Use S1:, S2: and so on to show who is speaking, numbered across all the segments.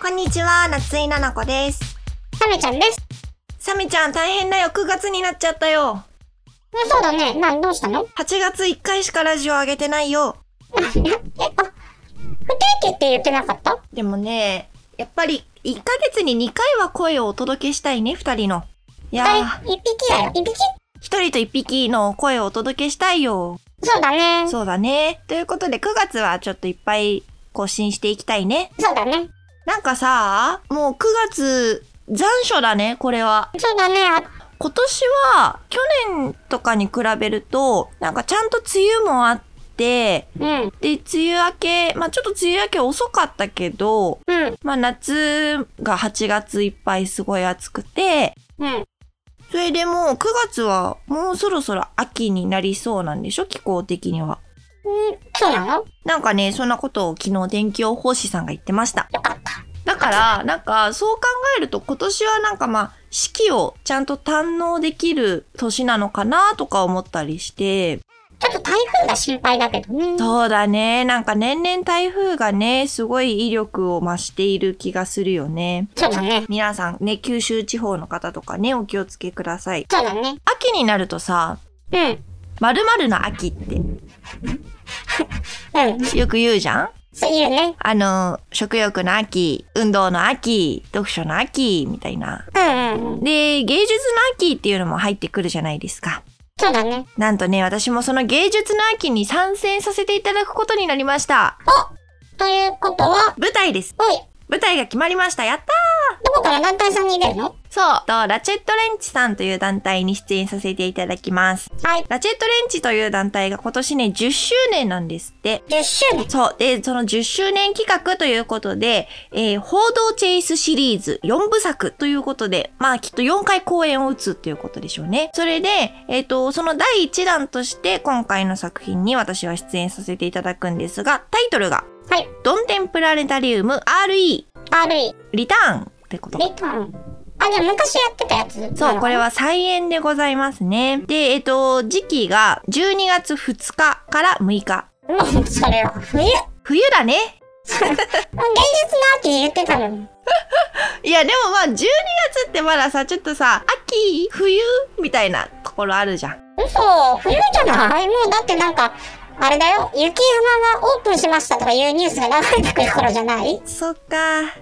S1: こんにちは、夏井菜々子です。
S2: サメちゃんです。
S1: サミちゃん大変だよ、9月になっちゃったよ。
S2: うんそうだね。な、どうしたの
S1: 8月1回しかラジオ上げてないよ。
S2: あ、な、え、あ、不定期って言ってなかった
S1: でもね、やっぱり1ヶ月に2回は声をお届けしたいね、2人の。いや
S2: あ
S1: ー、
S2: れ、一匹だよ。一匹
S1: 1人と1匹の声をお届けしたいよ。
S2: そうだね。そ
S1: そうだね。ということで9月はちょっといっぱい更新していきたいね。
S2: うだね。
S1: なんかさ、もう9月、残暑だね、これは。
S2: そうだね。あ、
S1: 今年は、去年とかに比べると、なんかちゃんと梅雨もあって、
S2: うん。
S1: で、梅雨明け、まあちょっと梅雨明け遅かったけど、
S2: うん。
S1: まあ夏が8月いっぱいすごい暑くて、
S2: うん。
S1: それでもう9月はもうそろそろ秋になりそうなんでしょ気候的には。
S2: うんそうなの
S1: なんかね、そんなことを昨日天気予報士さんが言ってました。
S2: よかった。
S1: だから、なんか、そう考えると今年はなんかまあ、四季をちゃんと堪能できる年なのかなとか思ったりして、
S2: ちょっと台風が心配だけどね。
S1: そうだね、なんか年々台風がね、すごい威力を増している気がするよね。
S2: そうだね。
S1: 皆さんね、九州地方の方とかね、お気をつけください。
S2: そうだね。
S1: 秋になるとさ、
S2: うん。
S1: 〇〇の秋って
S2: うん。
S1: よく言うじゃん
S2: そういうね。
S1: あの、食欲の秋、運動の秋、読書の秋、みたいな。
S2: うんうんうん。
S1: で、芸術の秋っていうのも入ってくるじゃないですか。
S2: そうだね。
S1: なんとね、私もその芸術の秋に参戦させていただくことになりました。
S2: ということは、
S1: 舞台です。
S2: おい、
S1: 舞台が決まりました。やった
S2: どこから団体さんに出るの
S1: ーそう、と、ラチェットレンチさんという団体に出演させていただきます。
S2: はい。
S1: ラチェットレンチという団体が今年ね、10周年なんですって。
S2: 10周年。
S1: そう。で、その10周年企画ということで、えー報道チェイスシリーズ4部作ということで、まあきっと4回公演を打つっていうことでしょうね。それで、えっ、と、その第1弾として今回の作品に私は出演させていただくんですが、タイトルが、
S2: はい。
S1: ドンテンプラネタリウム RE
S2: 悪い。
S1: リターンってこと。
S2: リターン。あ、じゃあ昔やってたやつ
S1: そう、これ
S2: は。
S1: は再演でございますね。で、えっ、と、時期が12月2日から6日。
S2: もう、それは冬。
S1: 冬だね。
S2: 芸術の秋言ってたのに。
S1: いや、でもまあ、12月ってまださ、ちょっとさ、秋、冬みたいなところあるじゃん。
S2: 嘘、冬じゃないもうだってなんか、あれだよ、雪山がオープンしましたとかいうニュースが流れてくる頃じゃない
S1: そっか。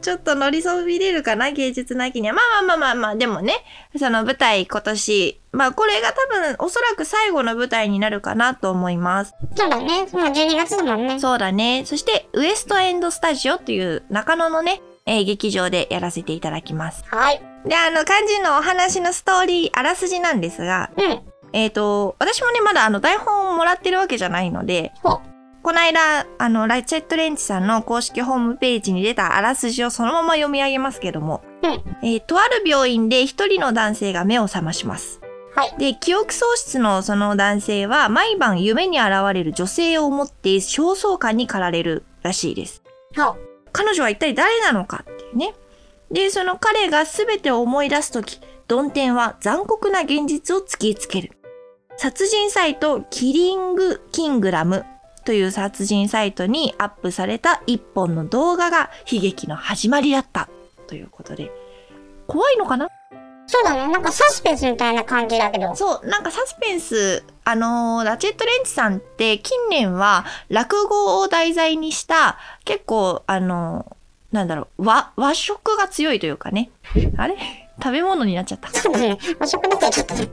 S1: ちょっと乗りそびれるかな、芸術の秋には。まあまあまあまあまあ、でもね、その舞台今年、まあこれが多分おそらく最後の舞台になるかなと思います。
S2: そうだね、もう12月だもんね。
S1: そうだね。そして、ウエストエンドスタジオという中野のね、えー劇場でやらせていただきます。
S2: はい。
S1: で、あの、肝心のお話のストーリー、あらすじなんですが、
S2: うん。
S1: えっ、と、私もね、まだあの台本をもらってるわけじゃないので、
S2: ほ
S1: この間、あの、ラチェットレンチさんの公式ホームページに出たあらすじをそのまま読み上げますけども、
S2: うん
S1: えーとある病院で一人の男性が目を覚まします。
S2: はい
S1: で、記憶喪失のその男性は、毎晩夢に現れる女性を思って焦燥感に駆られるらしいです。
S2: ほ
S1: 彼女は一体誰なのかっていうね。で、その彼が全てを思い出すとき、ドンテンは残酷な現実を突きつける。殺人サイト、キリング・キングラムという殺人サイトにアップされた一本の動画が悲劇の始まりだった。ということで。怖いのかな
S2: そうだね、なんかサスペンスみたいな感じだけど。
S1: そう、なんかサスペンス、あのーラチェットレンチさんって近年は落語を題材にした結構、あのーなんだろう、和、和食が強いというかね。あれ 食べ物になっちゃった。
S2: そうだね、お食だとちょっとね。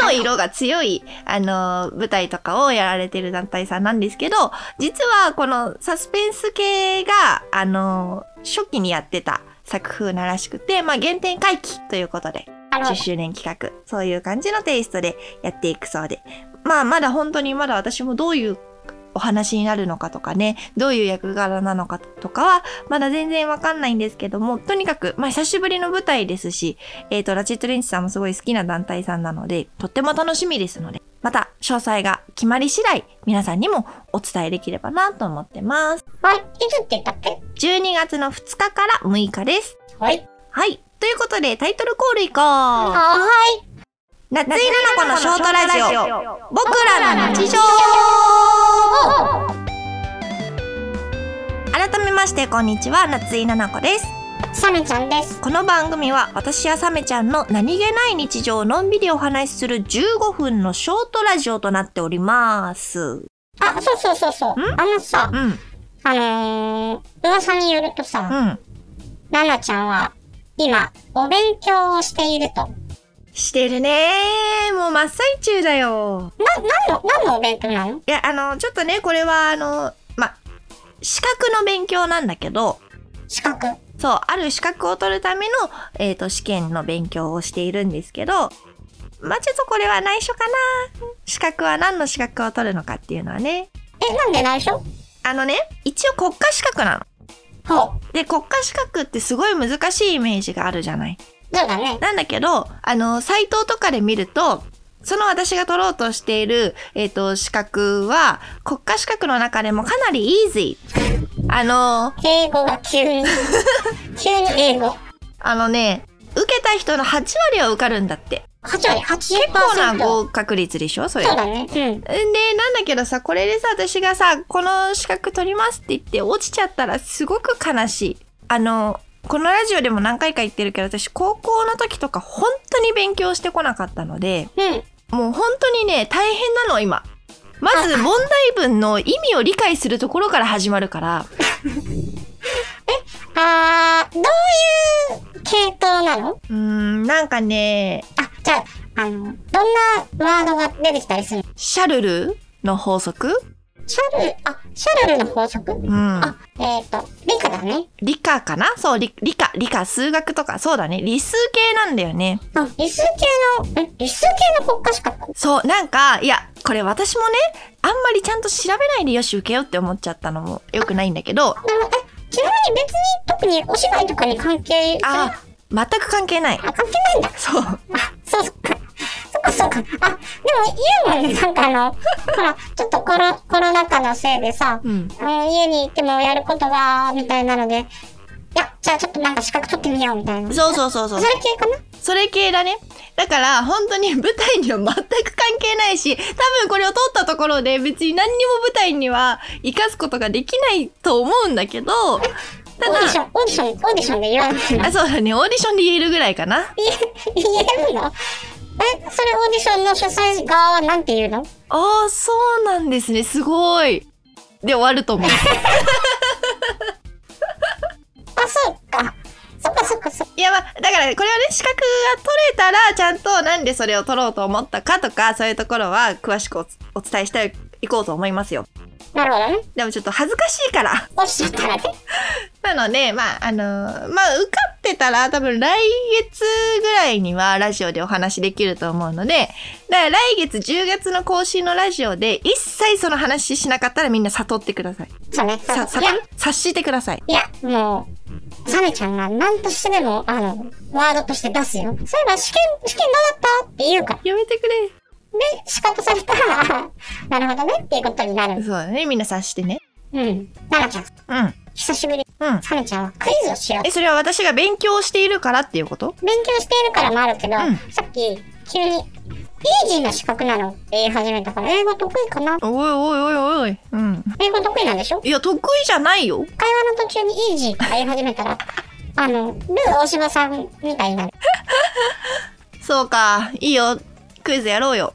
S1: 和の色が強い、あのー舞台とかをやられてる団体さんなんですけど、実はこのサスペンス系が、あのー初期にやってた作風ならしくて、まあ、原点回帰ということで。
S2: あの
S1: 10、周年企画、そういう感じのテイストでやっていくそうで。まあ、まだ本当にまだ私もどういうお話になるのかとかね、どういう役柄なのかとかは、まだ全然わかんないんですけども、とにかく、まあ久しぶりの舞台ですし、えっ、と、ラチェットレンチさんもすごい好きな団体さんなので、とっても楽しみですので、また詳細が決まり次第、皆さんにもお伝えできればなと思ってます。
S2: はい、いつって言ったっけ
S1: 12月の2日から6日です。
S2: はい。
S1: はい。ということで、タイトルコールいこう
S2: あはい。
S1: 夏井菜々子のショートラジオ僕らの日常
S2: おお
S1: 改めましてこんにちは夏井奈々子です
S2: サメちゃんです。
S1: この番組は私やサメちゃんの何気ない日常をのんびりお話しする15分のショートラジオとなっております
S2: あ、そうそうそうそう。あのさ
S1: う、んうん
S2: あのー、噂によるとさ、ナナちゃんは、今、お勉強をしていると。な、
S1: してるねもう真っ最中だよ
S2: なんの、何のお勉強なの
S1: いやあのちょっとねこれはあのま資格の勉強なんだけど
S2: 資格。
S1: そう、ある資格を取るための、えっ、と、試験の勉強をしているんですけど、まあ、ちょっとこれは内緒かな。資格は何の資格を取るのかっていうのはね。
S2: え、なんで内緒
S1: あのね、一応国家資格なの。
S2: ほう。
S1: で、国家資格ってすごい難しいイメージがあるじゃない。
S2: そうだね。
S1: なんだけど、あの、サイトとかで見ると、その私が取ろうとしている、えっ、と、資格は、国家資格の中でもかなりイージー。あの、
S2: 英語が急 に、急に英語。
S1: あのね、受けた人の8割は受かるんだって。
S2: 8割、80%。結
S1: 結構な合格率でしょそれ。
S2: そう
S1: で、
S2: だね。うん。
S1: なんだけどさ、これでさ、私がさ、この資格取りますって言って落ちちゃったらすごく悲しい。あの、このラジオでも何回か言ってるけど、私高校の時とか本当に勉強してこなかったので、
S2: うん。
S1: もう本当にね、大変なの今。まず
S2: あ
S1: 問題文の意味を理解するところから始まるから、
S2: あー、どういう系統なの
S1: うーん、なんかね、
S2: あ、じゃあ、あの、どんなワードが出てきたりするの
S1: シャルルの法則
S2: シャルル、あ、シャルルの法則
S1: うん。
S2: あ、えっ、ー、と、理科だね。
S1: 理科かなそう、理理科、理科、数学とか、そうだね。理数系なんだよね。
S2: あ、理数系の、え、理数系の国家資格
S1: そう、なんか、いや、これ私もね、あんまりちゃんと調べないでよし、受けようって思っちゃったのも良くないんだけど、
S2: なるほど。え、ちなみに別に特にお芝居とかに関係する
S1: あ、全く関係ない。
S2: あ、関係ないんだ。
S1: そう。
S2: あ、そうそっか。そっかそっか。あ、でも言うもんね、なんかあの、ほら、ちょっとコロ、コロナ禍のせいでさ、
S1: うん。
S2: あの家に行ってもやることが、みたいなので、いや、じゃあちょっとなんか資格取ってみよう、みたいな。
S1: そうそうそうそう
S2: そ。れ系かな
S1: それ系だね。だから、本当に 舞台には全く関係ないし、多分これを通ったところで別に何にも舞台には活かすことができないと思うんだけど、た
S2: オーディシ
S1: だ、
S2: ョン、オーディション、オーディションで言わな いの。
S1: あ、そうだね。オーディションで言えるぐらいかな。
S2: 言えるのえ、それオーディションの主催側はなんて言うの
S1: ああ、そうなんですね。すごい。で終わると 思う。
S2: あ、そうか。そっかそっかそっか。
S1: いや、まあ、だから、これはね、資格が取れたら、ちゃんとなんでそれを取ろうと思ったかとか、そういうところは詳しくおつお伝えしていこうと思いますよ。
S2: なるほどね。
S1: でもちょっと恥ずかしい から。
S2: 落ちちゃったらね。
S1: なので、まあ、あのーまあ、受かってたら、多分来月ぐらいにはラジオでお話できると思うので、だから来月10月の更新のラジオで、一切その話しなかったらみんな悟ってください。
S2: そうね。
S1: さ、
S2: そう
S1: 悟
S2: いや
S1: る、察してください。
S2: いや、もう、サメちゃんが何としてでも、あの、ワードとして出すよ。そういえば試験、試験どうだったって言うから。
S1: やめてくれ。
S2: で、資格されたら、 あなるほどねっていうことになる。
S1: そうだね。みんな察してね。
S2: うん。ナナちゃん、
S1: うん。
S2: 久しぶり。
S1: うん。
S2: サメちゃんはクイズをしよう
S1: え、。それは私が勉強しているからっていうこと
S2: 勉強しているからもあるけど、
S1: うん
S2: さっき、急に、イージーな資格なのって言い始めたから、英語得意かな
S1: おいおいおいおいおい。うん。
S2: 英語得意なんでしょ
S1: いや、得意じゃないよ。
S2: 会話の途中にイージーとか言い始めたら、あの、ルー大島さんみたいになる。
S1: そうか。いいよ。クイズやろうよ。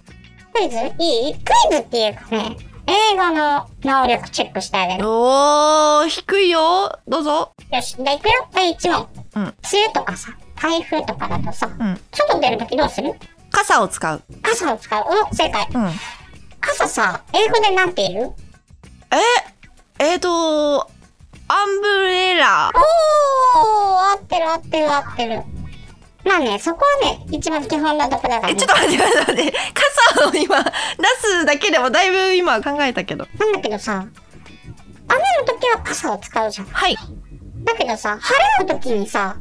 S2: クイズいいクイズっていうかね、英語の能力チェックしてあげる。
S1: おー、低いよ。どうぞ。
S2: よし、じゃあいくよ。第1問。
S1: うん
S2: 梅雨とかさ、台風とかだとさ、
S1: うん
S2: 外出るときどうする
S1: 傘を使う。
S2: 傘を使う。お、正解。
S1: うん。
S2: 傘さ、英語でなんて言う
S1: え、えーと、アンブレラ。
S2: おー合ってる合ってる合ってる。まあね、そこはね、一番基本なとこだから、
S1: え、
S2: ね。
S1: ちょっと待って待って待って。傘を今、出すだけでもだいぶ今考えたけど。
S2: なんだけどさ、雨の時は傘を使うじゃん。
S1: はい。
S2: だけどさ、晴れの時にさ、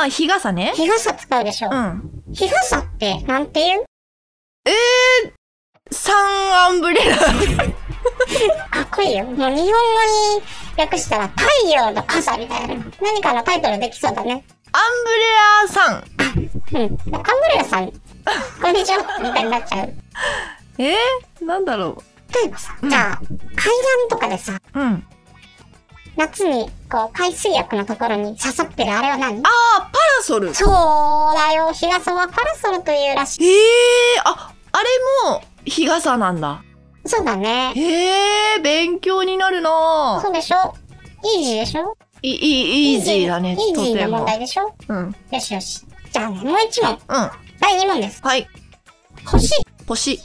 S1: あー、日傘ね。
S2: 日傘使うでしょ
S1: う。ん。
S2: 日傘って、なんて言う
S1: サンアンブレラ。
S2: かっこいいよ。もう日本語に訳したら、太陽の傘みたいな。何かのタイトルできそうだね。
S1: アンブレラさん。
S2: うん。アンブレラさん、こんにちは、みたいになっちゃう。
S1: えー、なんだろ
S2: 例えばさ、
S1: うん
S2: じゃあ、海岸とかでさ、
S1: う。うん。
S2: 夏に、こう、海水浴のところに刺さってるあれは何
S1: あー、パラソル。
S2: そうだよ、日傘はパラソルというらし
S1: へえ、あ、あれも日傘なんだ。
S2: い。そうだね。
S1: へえ、勉強になるな
S2: そ
S1: ぁ
S2: うでしょイージーでしょ
S1: いいい、イージーだね、
S2: イージ
S1: とて
S2: ーな問
S1: も。
S2: 題でしょ
S1: うん。うん。
S2: よしよし。じゃあね、もう一問。第二問です。
S1: はい。
S2: 星。
S1: 星。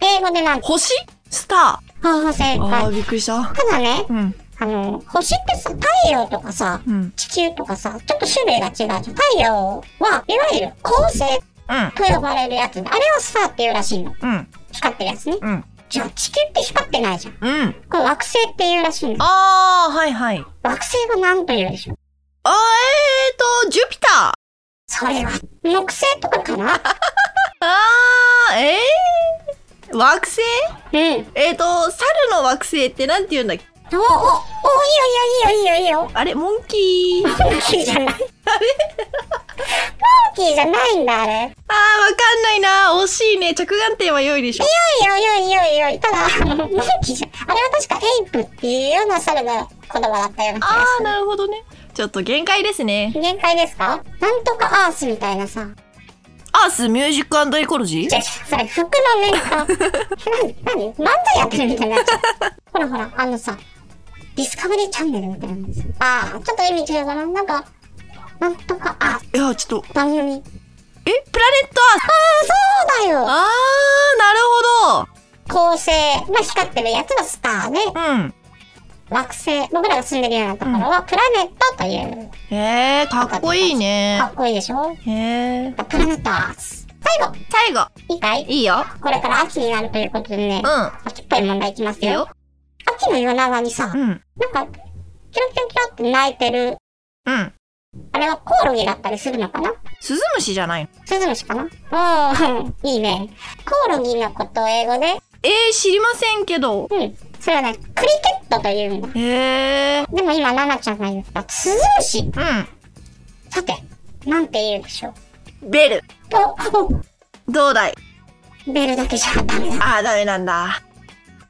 S2: 英語でなん
S1: 星スタ
S2: ああ、正
S1: ー。ああ、
S2: 解。
S1: びっくりした。
S2: ただね、
S1: うん。
S2: あの、星ってさ、太陽とかさ、
S1: うん。うん。
S2: 地球とかさ、ちょっと種類が違うじゃん。太陽は、いわゆる恒星と呼ばれるやつで、あれをスターっていうらしいの。
S1: うん。
S2: 光ってるやつね。
S1: うん。
S2: じゃあ地球って光ってないじゃん。
S1: うん。
S2: これ惑星っていうらしいの。
S1: ああ、はいはい。
S2: 惑星は何というでしょう
S1: あーえーと、ジュピター。
S2: それは、木星とかかな
S1: あー、えー、惑星
S2: うん。
S1: えーと、猿の惑星ってなんて言うんだっけ
S2: お、お、お、いいよいいよいいよいいよいいよ。
S1: あれ、モンキー。
S2: モンキーじゃない。モンキーじゃないんだ、あれ。
S1: あー、わかんないな。惜しいね。着眼点は良いでしょ。
S2: いいよいいよいいよいいよ。ただ、あのモンキーじゃ、あれは確かエイプっていうような猿の言葉だったような気が
S1: あ
S2: す
S1: ー、なるほどね。ちょっと限界ですね。
S2: る。限界ですかなんとかアースみたいなさ。
S1: アースミュージックエコロジ
S2: じ
S1: ー
S2: ゃ、それ服のメーカー。なに、なに漫才やってるみたいになっちゃう。ほらほら、あのさ、ディスカバリーチャンネルみたいなやつ。ああ、ちょっと意味違うかな。なんか、なんとかアース
S1: いや、ちょっと、
S2: 番組。
S1: えプラネットアース
S2: そうだよ
S1: あー、なる
S2: 恒星が光ってるやつがスターで、
S1: ほど。うん。
S2: 惑星、僕らが住んでるようなところはプラネットという、
S1: へえー、かっこいい
S2: か
S1: ね。
S2: っこいいでしょ
S1: へえー。
S2: プラネットアース。最後、
S1: 最後、
S2: いいかい
S1: いいよ。
S2: これから秋になるということでね
S1: う、ん。
S2: 秋っぽい問題いきます
S1: いい
S2: よ。
S1: よ。
S2: 秋の夜長にさ、
S1: う
S2: なん
S1: ん。
S2: か、キロキロキロって鳴いてる、
S1: うん。
S2: あれはコオロギだったりするのかな
S1: スズムシじゃないの
S2: スズムシかなおー、 いいね。コオロギのことを英語で、
S1: えー、知りませんけど。
S2: うん。それはね、クリケットというんだ。
S1: へえ
S2: でも今、ナナちゃんが言った、スズムシ
S1: ー。
S2: さて、なんて言うでしょう。
S1: うん。ベル。
S2: お、
S1: どうだい
S2: お、 ベルだけじゃダメだ。
S1: あー、ダメなんだ。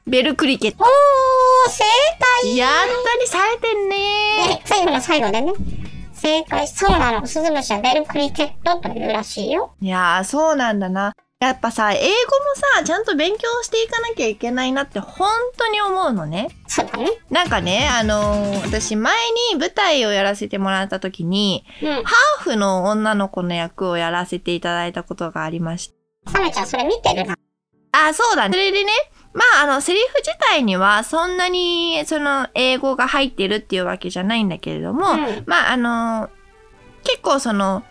S1: ベルクリケット。
S2: おー、正解
S1: やったりされてんね
S2: え最後の最後でね。正解、そうなの。スズムシはベルクリケットというらしいよ。
S1: いやー、そうなんだな。やっぱさ、英語もさ、ちゃんと勉強していかなきゃいけないなって本当に思うのね。
S2: そうだね。
S1: なんかね、あのー私前に舞台をやらせてもらった時に、
S2: うん。
S1: ハーフの女の子の役をやらせていただいたことがありました。
S2: サメちゃん、それ見てるな。
S1: あ、そうだね。それでね、まあ、あの、セリフ自体にはそんなに、その、英語が入ってるっていうわけじゃないんだけれども、
S2: うん
S1: まあ、あの、結構その、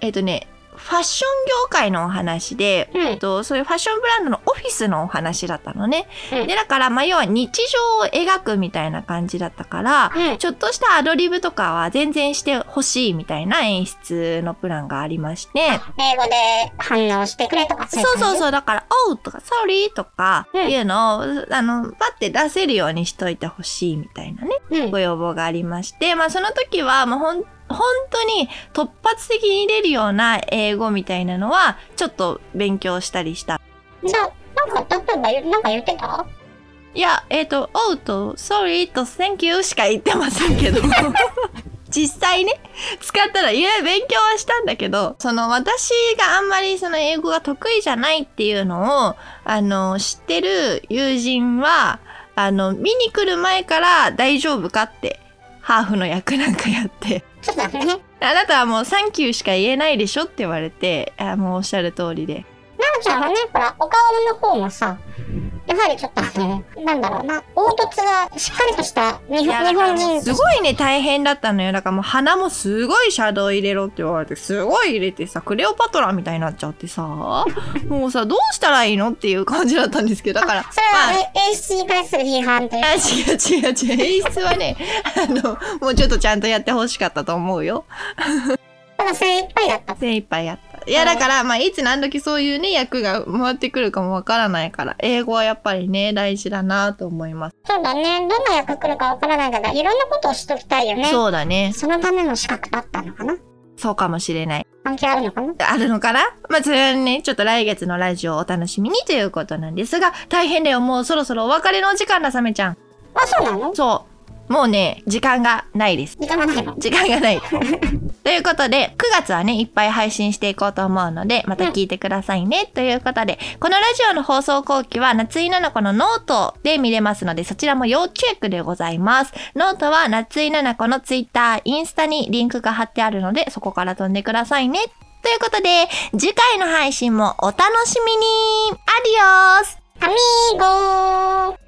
S1: えっ、とね、ファッション業界のお話で、
S2: うん
S1: えっと、そういうファッションブランドのオフィスのお話だったのね。
S2: うん
S1: で、だから、まあ、要は日常を描くみたいな感じだったから、
S2: うん
S1: ちょっとしたアドリブとかは全然してほしいみたいな演出のプランがありまして、
S2: 英語で反応してくれとか。
S1: そうそう
S2: う
S1: そう、だから、おうとか、ソーリーとか、
S2: うん
S1: いうのを、あの、パって出せるようにしといてほしいみたいなね、
S2: 感じ。うん。
S1: ご要望がありまして、まあ、その時は、まあ、ほん、本当に突発的に出るような英語みたいなのは、ちょっと勉強したりした。
S2: じゃあ、なんか、例えば言う、なんか言ってた
S1: いや、えっ、と、おうと、sorry と thank you しか言ってませんけど。 実際ね、使ったら、いや、勉強はしたんだけど、その、私があんまりその英語が得意じゃないっていうのを、あの、知ってる友人は、あの、見に来る前から大丈夫かって、ハーフの役なんかやって、
S2: そうだね。
S1: あなたはもうサンキューしか言えないでしょって言われて、あもうおっしゃる通りで。
S2: なおちゃんはね、ほら、お顔の方もさ、やはりちょっとあの、なんだろうな、凹凸がしっかりとした日
S1: いや
S2: 本日本人
S1: すごいね、大変だったのよ。だからもう鼻もすごいシャドウ入れろって言われて、すごい入れてさ、クレオパトラみたいになっちゃって さ、もうさ、どうしたらいいのっていう感じだったんですけど、だから、
S2: それは、え演出に対する批判という
S1: あ、違う違う違う。演出はね、あの、もうちょっとちゃんとやってほしかったと思うよ。
S2: ただ精一杯だった。
S1: 精一杯やった。いや、だから、まあ、いつ何時そういうね、役が回ってくるかもわからないから、英語はやっぱりね、大事だなと思います。
S2: そうだね。どんな役来るかわからないから、いろんなことをしときたいよね。
S1: そうだね。
S2: そのための資格だったのかな
S1: そうかもしれない。
S2: 関係あるのかな
S1: あるのかなまあ、それはね、ちょっと来月のラジオをお楽しみにということなんですが、大変だよ、もうそろそろお別れのお時間だ、サメちゃん。
S2: あ、そうなの
S1: そう。もうね、時間がないです。
S2: 時間がないの。
S1: 時間がない。ということで、9月はね、いっぱい配信していこうと思うので、また聞いてくださいね。ということで、このラジオの放送後期は、夏井奈々子のノートで見れますので、そちらも要チェックでございます。ノートは、夏井奈々子のツイッター、インスタにリンクが貼ってあるので、そこから飛んでくださいね。ということで、次回の配信もお楽しみにアディオス
S2: アミーゴー